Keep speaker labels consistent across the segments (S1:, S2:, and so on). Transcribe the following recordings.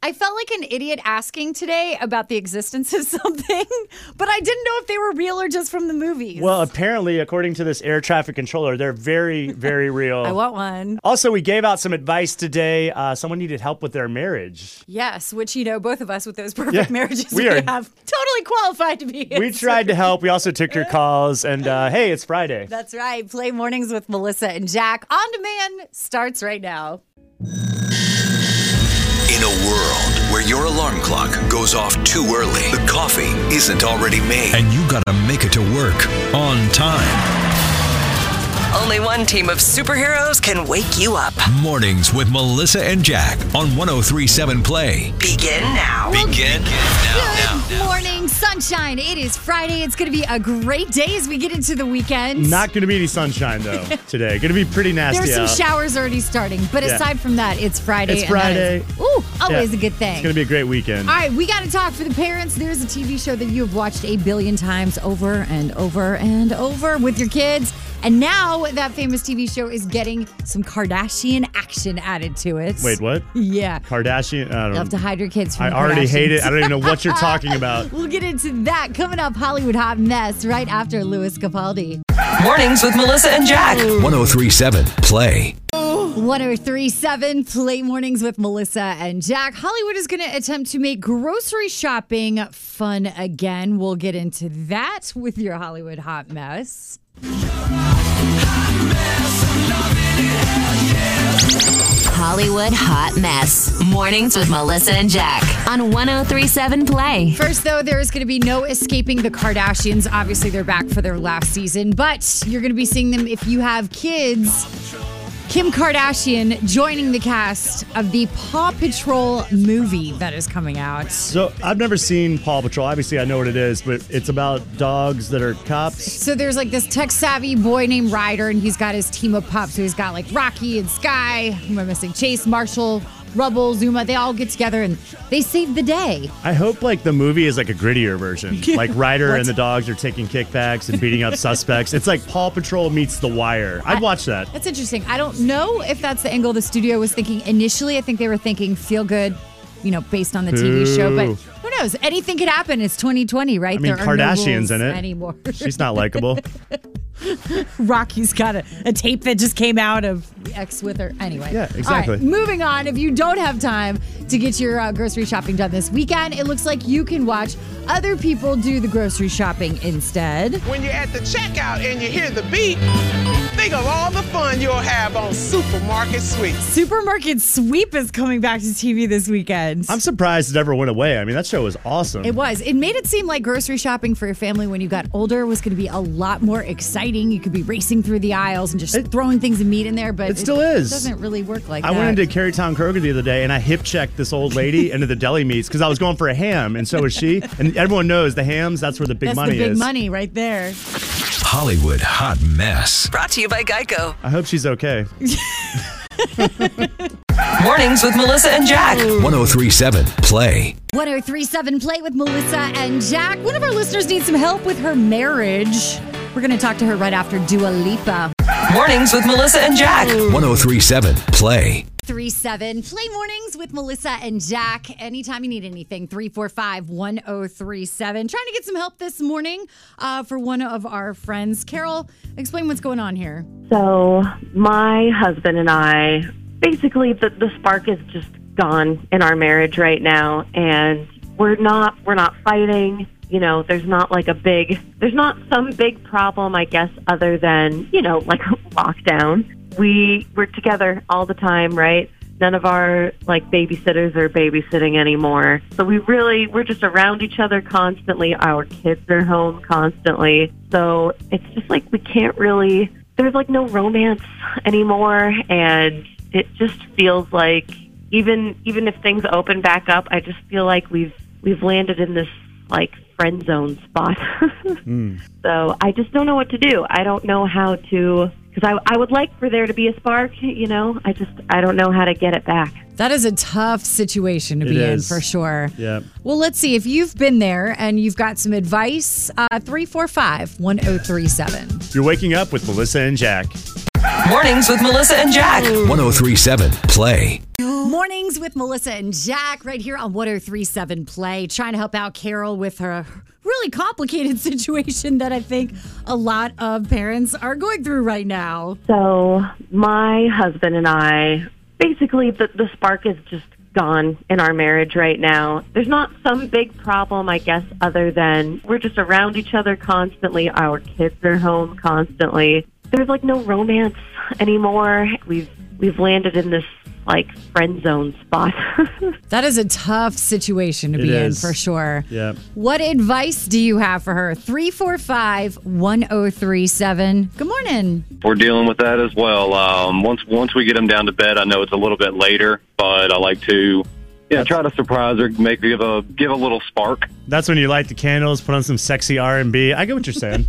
S1: I felt like an idiot asking today about the existence of something, but I didn't know if they were real or just from the movies.
S2: Well, apparently, according to this air traffic controller, they're very, very real.
S1: I want one.
S2: also, we gave out some advice today. Uh, someone needed help with their marriage.
S1: Yes, which you know, both of us with those perfect
S2: Yeah,
S1: marriages
S2: we
S1: we,
S2: are-
S1: have totally qualified to be.
S2: We tried to help. We also took your calls. And uh, hey, it's Friday.
S1: That's right. Play mornings with Melissa and Jack on demand starts right now.
S3: In a world where your alarm clock goes off too early, the coffee isn't already made.
S4: And you gotta make it to work on time.
S5: Only one team of superheroes can wake you up.
S4: Mornings with Melissa and Jack on 1037 Play.
S5: Begin now.
S4: Begin now.
S1: Good morning, sunshine. It is Friday. It's going to be a great day as we get into the weekend.
S2: Not going to be any sunshine, though, today. Going to be pretty nasty
S1: There's
S2: out.
S1: some showers already starting, but
S2: Yeah.
S1: aside from that, it's Friday.
S2: It's
S1: and that is-
S2: Friday.
S1: ooh, always
S2: Yeah.
S1: a good thing.
S2: It's going to be a great weekend.
S1: All right, we got to talk for the parents. There's a TV show that you have watched a billion times over and over and over with your kids. And now that famous TV show is getting some Kardashian action added to it.
S2: Wait, what?
S1: Yeah.
S2: Kardashian? I don't
S1: You'll have to hide your kids from
S2: I
S1: the
S2: already hate it.
S1: Kardashians.
S2: I don't even know what you're talking about.
S1: We'll get into that coming up Hollywood Hot Mess right after Louis Capaldi.
S5: Mornings with Melissa and Jack.
S4: 1037 Play.
S1: 1037 Play Mornings with Melissa and Jack. Hollywood is going to attempt to make grocery shopping fun again. We'll get into that with your Hollywood Hot Mess.
S6: Hollywood Hot Mess. Mornings with Melissa and Jack on 1037 Play.
S1: First, though, there is going to be no escaping the Kardashians. Obviously, they're back for their last season, but you're going to be seeing them if you have kids. Kim Kardashian joining the cast of the Paw Patrol movie that is coming out.
S2: So I've never seen Paw Patrol. Obviously, I know what it is, but it's about dogs that are cops.
S1: So there's like this tech savvy boy named Ryder, and he's got his team of pups. So he's got like Rocky and Sky. Who am I missing? Chase, Marshall, Rubble, Zuma. They all get together and they save the day.
S2: I hope like the movie is like a grittier version. Like Ryder and the dogs are taking kickbacks and beating up suspects. It's like Paw Patrol meets The Wire. I'd watch that.
S1: That's interesting. I don't know if that's the angle the studio was thinking initially. I think they were thinking feel good, you know, based on the TV show.
S2: Boo.
S1: But who knows? Anything could happen. It's 2020, right?
S2: I mean,
S1: there are no rules
S2: Kardashian's in it.
S1: anymore.
S2: She's not likable.
S1: Rocky's got a, a tape that just came out of the ex with her. Anyway.
S2: Yeah,
S1: All right,
S2: exactly.
S1: moving on. If you don't have time to get your uh, grocery shopping done this weekend, it looks like you can watch other people do the grocery shopping instead.
S7: When you're at the checkout and you hear the beep, think of all the fun you'll have on Supermarket Sweep.
S1: Supermarket Sweep is coming back to TV this weekend.
S2: I'm surprised it ever went away. I mean, that show was awesome.
S1: it was. It made it seem like grocery shopping for your family when you got older was going to be a lot more exciting. You could be racing through the aisles and just
S2: It-
S1: throwing things and meat in there, but
S2: It still is.
S1: doesn't really work like
S2: I
S1: that.
S2: went into Carytown Kroger the other day and I hip checked this old lady into the deli meats because I was going for a ham and so was she. And everyone knows the hams, that's where the big
S1: That's
S2: money
S1: the big
S2: is.
S1: money right there.
S4: Hollywood Hot Mess.
S5: Brought to you by Geico.
S2: I hope she's okay.
S5: Mornings with Melissa and Jack.
S4: 1037 Play.
S1: 1037 Play with Melissa and Jack. One of our listeners needs some help with her marriage. We're going to talk to her right after Dua Lipa.
S5: Mornings with Melissa and Jack.
S4: 1037 Play.
S1: 37 Play Mornings with Melissa and Jack. Anytime you need anything, 345 1037. Trying to get some help this morning uh, for one of our friends. Carol, explain what's going on here.
S8: So my husband and I, basically, the, the spark is just gone in our marriage right now, and we're not we're not fighting. You know, there's not like a big there's not some big problem, I guess, other than you know like lockdown. We we're together all the time, right? None of our like babysitters are babysitting anymore. So we really we're just around each other constantly. Our kids are home constantly. So it's just like we can't really there's like no romance anymore and it just feels like even even if things open back up, I just feel like we've we've landed in this like friend zone spot. So I just don't know what to do. I don't know how to because I I would like for there to be a spark, you know. I just I don't know how to get it back.
S1: That is a tough situation to
S2: It
S1: be
S2: is.
S1: in for sure.
S2: Yeah.
S1: Well, let's see if you've been there and you've got some uh, advice. 345 1037.
S2: You're waking up with Melissa and Jack.
S5: Mornings with Melissa and Jack.
S4: 1037 Play.
S1: Mornings with Melissa and Jack right here on 1037 Play, trying to help out Carol with her really complicated situation that I think a lot of parents are going through right now.
S8: So my husband and I, basically, the, the spark is just gone in our marriage right now. There's not some big problem, I guess, other than we're just around each other constantly. Our kids are home constantly. There's like no romance anymore. We've we've landed in this like friend zone spot.
S1: That is a tough situation to
S2: It
S1: be
S2: is.
S1: in for sure.
S2: Yeah.
S1: What advice do you have for her? 345 1037. Good morning.
S9: we're dealing with that as well. Um, once once we get them down to bed, I know it's a little bit later, but I like to yeah try to surprise her, make give a give a little spark.
S2: That's when you light the candles, put on some sexy R and B. I get what you're saying.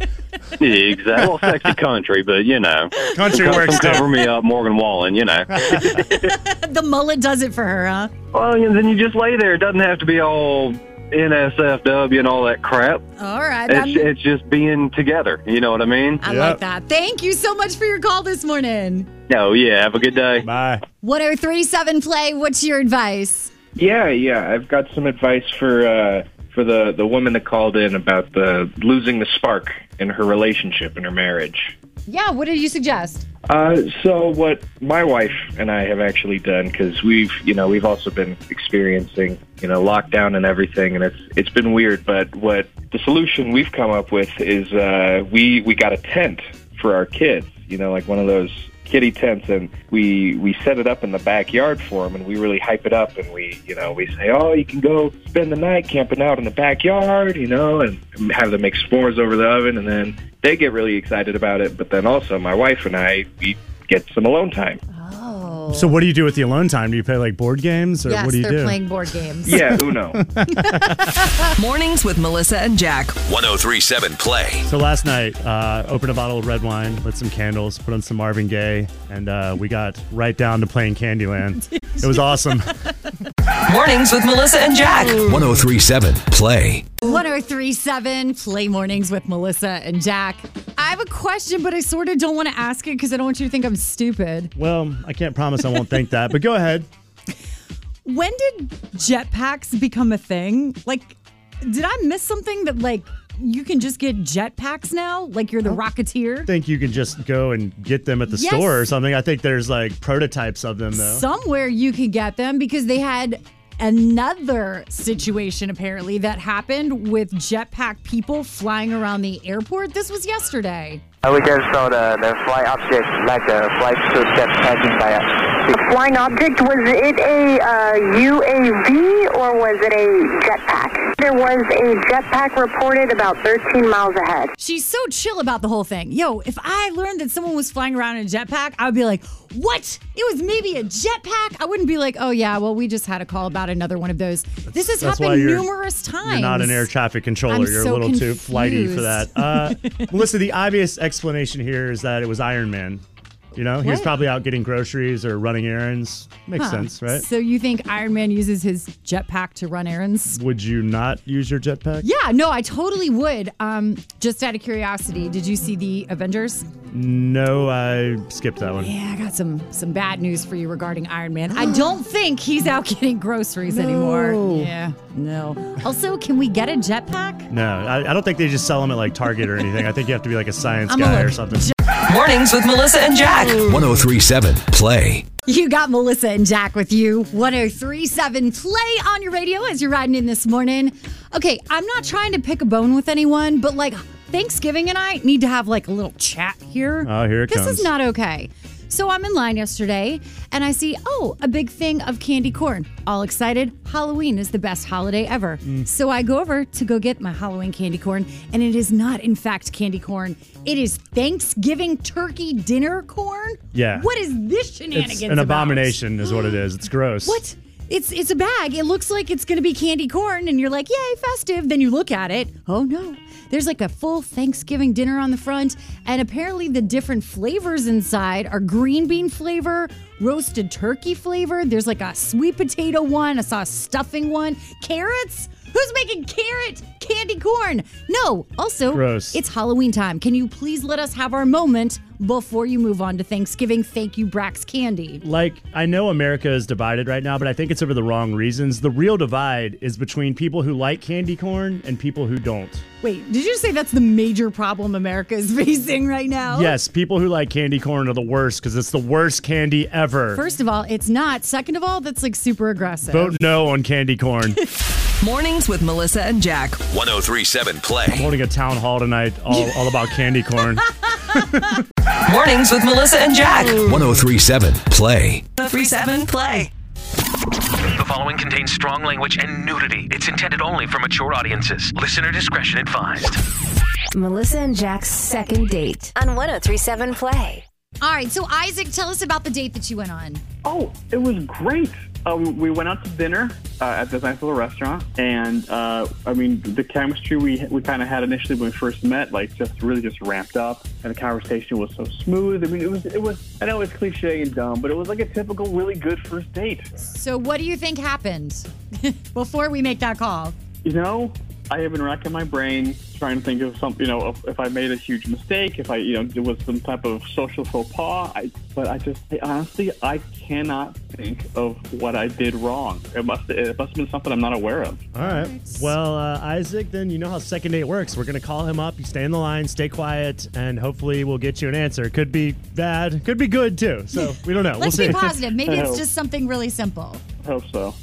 S9: Yeah, exactly. well, sexy country, but you know,
S2: Country
S9: Come
S2: works
S9: cover
S2: too.
S9: me up, Morgan Wallen. You know.
S1: The mullet does it for her, huh?
S9: well, and then you just lay there. It doesn't have to be all NSFW and all that crap.
S1: All right.
S9: It's
S1: I'm-
S9: it's just being together. You know what I mean?
S1: I
S2: Yeah.
S1: like that. Thank you so much for your call this morning.
S9: No, Oh, yeah. Have a good day.
S2: Bye.
S1: 1037 Play, what's your advice?
S10: Yeah, yeah. I've got some advice for uh, for the the woman that called in about the losing the spark in her relationship in her marriage.
S1: Yeah, what did you suggest?
S10: Uh, so what my wife and I have actually done because we've you know we've also been experiencing you know lockdown and everything and it's it's been weird but what the solution we've come up with is uh, we we got a tent for our kids you know like one of those kitty tents and we we set it up in the backyard for them and we really hype it up and we you know we say oh you can go spend the night camping out in the backyard you know and have them make s'mores over the oven and then they get really excited about it but then also my wife and I we get some alone time
S2: So what do you do with the alone time? Do you play like board games or what do you
S1: they're
S2: do?
S1: playing board games.
S10: yeah uno
S5: Mornings with Melissa and Jack.
S3: 1037 Play.
S2: So last night, uh, opened a bottle of red wine, lit some candles, put on some Marvin Gaye, and uh, we got right down to playing Candyland. it was awesome.
S5: Mornings with Melissa and Jack.
S4: 1037 Play.
S1: 1037 Play Mornings with Melissa and Jack. I have a question, but I sort of don't want to ask it because I don't want you to think I'm stupid.
S2: Well, I can't promise I won't think that, but go ahead.
S1: When did jetpacks become a thing? Like, did I miss something that, like, you can just get jetpacks now? Like, you're the Rocketeer?
S2: think you can just go and get them at the
S1: Yes.
S2: store or something. I think there's like prototypes of them though.
S1: Somewhere you could get them because they had another situation apparently that happened with jetpack people flying around the airport. This was yesterday.
S11: We just saw the, the fly object, like a flight suit that's passing by us. Flying object, was it a uh, UAV or was it a jetpack? There was a jetpack reported about 13 miles ahead.
S1: She's so chill about the whole thing. Yo, if I learned that someone was flying around in a jetpack, I would be like, what? It was maybe a jetpack? I wouldn't be like, oh, yeah, well, we just had a call about another one of those. this has
S2: that's why
S1: happened
S2: you're-
S1: numerous times.
S2: You're not an air traffic controller.
S1: I'm
S2: You're
S1: so
S2: a little too
S1: confused.
S2: flighty for that. Uh, Melissa, the obvious explanation here is that it was Iron Man. You know, he was
S1: What?
S2: probably out getting groceries or running errands. Makes
S1: Huh.
S2: sense, right?
S1: So you think Iron Man uses his jetpack to run errands?
S2: Would you not use your jetpack?
S1: Yeah, no, I totally would. Um, just out of curiosity, did you see the Avengers?
S2: No, I skipped that one.
S1: Yeah, I got some some bad news for you regarding Iron Man. I don't think he's out getting groceries anymore. Yeah, no. Also, can we get a jetpack?
S2: No, I, I don't think they just sell them at like Target or anything. I think you have to be like a science
S1: I'm a
S2: guy or
S1: look.
S2: something.
S5: Mornings with Melissa and Jack.
S4: 1037 Play.
S1: You got Melissa and Jack with you. 1037 play on your radio as you're riding in this morning. Okay, I'm not trying to pick a bone with anyone, but like Thanksgiving and I need to have like a little chat here.
S2: Oh, here it
S1: this
S2: comes.
S1: is not okay. So I'm in line yesterday and I see, oh, a big thing of candy corn. All excited. Halloween is the best holiday ever.
S2: Mm.
S1: So I go over to go get my Halloween candy corn, and it is not, in fact, candy corn. It is Thanksgiving turkey dinner corn.
S2: Yeah.
S1: What is this shenanigans?
S2: It's an
S1: about?
S2: abomination, is what it is. It's gross.
S1: What? It's it's a bag. It looks like it's gonna be candy corn, and you're like, yay, festive. Then you look at it. Oh no. There's like a full Thanksgiving dinner on the front, and apparently the different flavors inside are green bean flavor, roasted turkey flavor. There's like a sweet potato one. I saw a stuffing one. Carrots? Who Who's making carrot candy corn? No. Also,
S7: Gross.
S1: it's Halloween time. Can you please let us have our moment before you move on to Thanksgiving? Thank you, Brax Candy.
S7: like I know America is divided right now, but I think it's over the wrong reasons. The real divide is between people who like candy corn and people who don't.
S1: Wait, did you say that's the major problem America is facing right now?
S7: Yes, people who like candy corn are the worst because it's the worst candy ever.
S1: First of all, it's not. Second of all, that's like super aggressive.
S7: Vote no on candy corn.
S5: Mornings with Melissa and Jack.
S12: 1037 Play.
S7: I'm holding a town hall tonight all, all about candy corn.
S5: Mornings with Melissa and Jack.
S13: 1037 Play.
S5: 1037 Play.
S4: The following contains strong language and nudity. It's intended only for mature audiences. Listener discretion advised.
S6: Melissa and Jack's second date on 1037 Play.
S1: All right, so Isaac, tell us about the date that you went on.
S2: Oh, it was great. Uh, we- we went out to dinner uh, at this nice little restaurant, and uh, I mean, the chemistry we we kind of had initially when we first met, like, just really just ramped up, and the conversation was so smooth. I mean, it was it was I know it's cliche and dumb, but it was like a typical really good first date.
S1: So, what do you think happened before we make that call?
S2: You know, I have been racking my brain trying to think of something. You know, if, if I made a huge mistake, if I you know there was some type of social faux pas. I, but I just I, honestly, I cannot think of what I did wrong. It must it must have been something I'm not aware of.
S7: All right. Well, uh, Isaac, then you know how second date works. We're going to call him up. You stay in the line, stay quiet, and hopefully we'll get you an answer. Could be bad, could be good too. So we don't know.
S1: Let's
S7: we'll
S1: be
S7: see.
S1: positive. Maybe it's just something really simple.
S2: I hope so.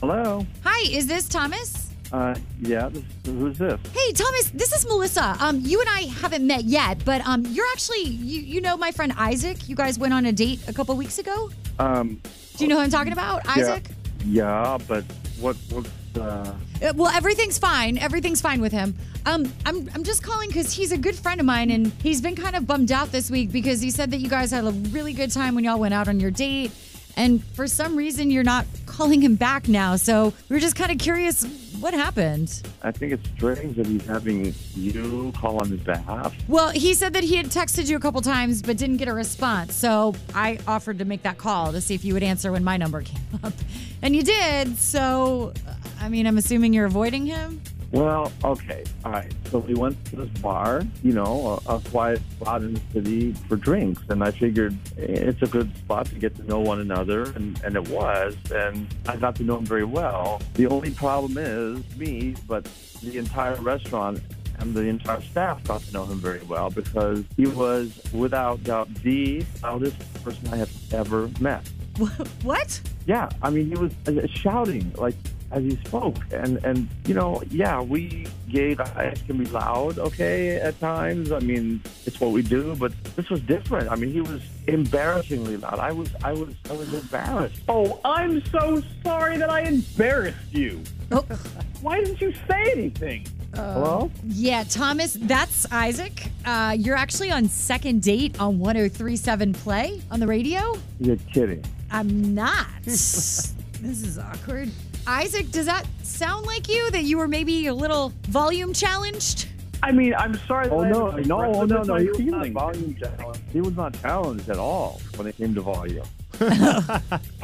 S2: Hello.
S1: Hi, is this Thomas?
S2: Uh, yeah. This, who's this?
S1: Hey, Thomas, this is Melissa. Um, you and I haven't met yet, but um, you're actually you you know my friend Isaac. You guys went on a date a couple weeks ago.
S14: Um,
S1: Do you know who I'm talking about,
S14: yeah.
S1: Isaac?
S14: Yeah, but what was uh,
S1: Uh, Well, everything's fine. Everything's fine with him. Um, I'm I'm just calling because he's a good friend of mine, and he's been kind of bummed out this week because he said that you guys had a really good time when y'all went out on your date, and for some reason you're not calling him back now. So we we're just kind of curious what happened.
S14: I think it's strange that he's having you call on his behalf.
S1: Well, he said that he had texted you a couple times but didn't get a response. So I offered to make that call to see if you would answer when my number came up, and you did. So, I mean, I'm assuming you're avoiding him.
S14: Well, okay, all right. So we went to this bar, you know, a, a quiet spot in the city for drinks, and I figured it's a good spot to get to know one another, and, and it was, and I got to know him very well. The only problem is me, but the entire restaurant and the entire staff got to know him very well because he was, without doubt, the loudest person I have ever met.
S1: What?
S14: Yeah, I mean, he was uh, shouting like as he spoke, and and you know, yeah, we gay guys can be loud, okay, at times. I mean, it's what we do, but this was different. I mean, he was embarrassingly loud. I was, I was, I was embarrassed.
S2: Oh, I'm so sorry that I embarrassed you. Why didn't you say anything?
S14: Hello?
S1: Yeah, Thomas, that's Isaac. Uh, you're actually on second date on 1037 Play on the radio?
S14: You're kidding.
S1: I'm not. this is awkward. Isaac, does that sound like you? That you were maybe a little volume challenged?
S2: I mean, I'm sorry.
S14: Oh no, no, no, no! He was not
S2: feeling.
S14: volume challenged. He was not challenged at all when it came to volume.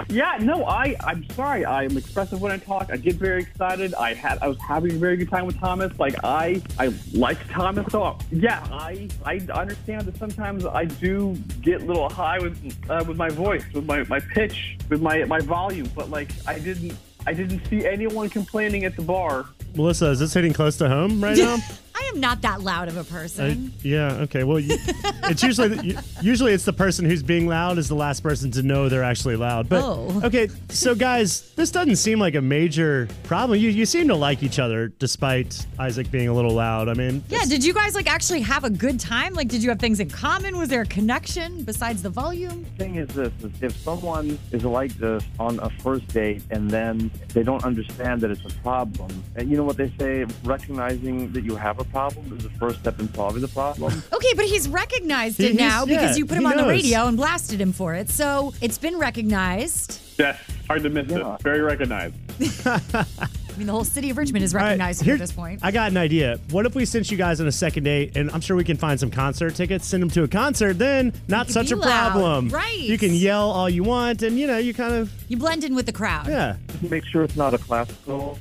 S2: Yeah, no, I, I'm sorry. I am expressive when I talk. I get very excited. I had, I was having a very good time with Thomas. Like I, I like Thomas. So yeah, I, I understand that sometimes I do get a little high with, uh, with my voice, with my, my pitch, with my, my volume. But like, I didn't, I didn't see anyone complaining at the bar.
S7: Melissa, is this hitting close to home right now?
S1: I am not that loud of a person.
S7: I- Uh, yeah. Okay. Well, you, it's usually you- usually it's the person who's being loud is the last person to know they're actually loud. But
S1: Oh.
S7: okay, so guys, this doesn't seem like a major problem. You you seem to like each other despite Isaac being a little loud. I mean,
S1: yeah, did you guys like actually have a good time? Like, did you have things in common? Was there a connection besides the volume?
S14: thing is this is if someone is like this on a first date and then they don't understand that it's a problem and you know what they say recognizing that you have a problem is the first step in solving the problem
S1: Okay, but he's recognized
S14: He-
S1: it
S14: he's-
S1: now because
S14: yeah,
S1: you put
S14: he
S1: him on the
S14: knows.
S1: radio and blasted him for it. So it's been recognized.
S2: Yes, hard to miss it. Very recognized.
S1: I mean, the whole city of Richmond is recognizing her at this point.
S6: I got an idea. What if we sent you guys on a second date, and I'm sure we can find some concert tickets, send them to a concert, then not
S1: could
S6: such
S1: be
S6: a
S1: loud.
S6: problem.
S1: Right.
S6: You can yell all you want, and you know, you kind of,
S1: You blend in with the crowd.
S6: yeah.
S14: Make sure it's not a classical.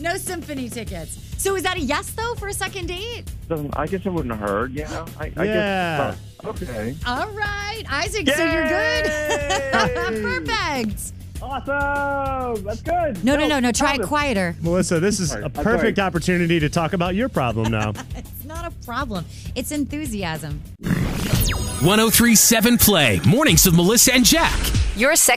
S1: No symphony tickets. So is that a yes though for a second date?
S14: Doesn't, I guess it wouldn't hurt. Yeah. I, I
S6: Yeah.
S14: Guess, but- okay.
S1: All right, Isaac. So you're good. Perfect.
S15: Awesome. That's good.
S1: No, no, no, no. Try it quieter.
S6: Melissa, this is
S1: sorry.
S6: a perfect opportunity to talk about your problem now.
S1: It's not a problem. It's enthusiasm.
S4: 1037 Play, Mornings with Melissa and Jack.
S5: Your second.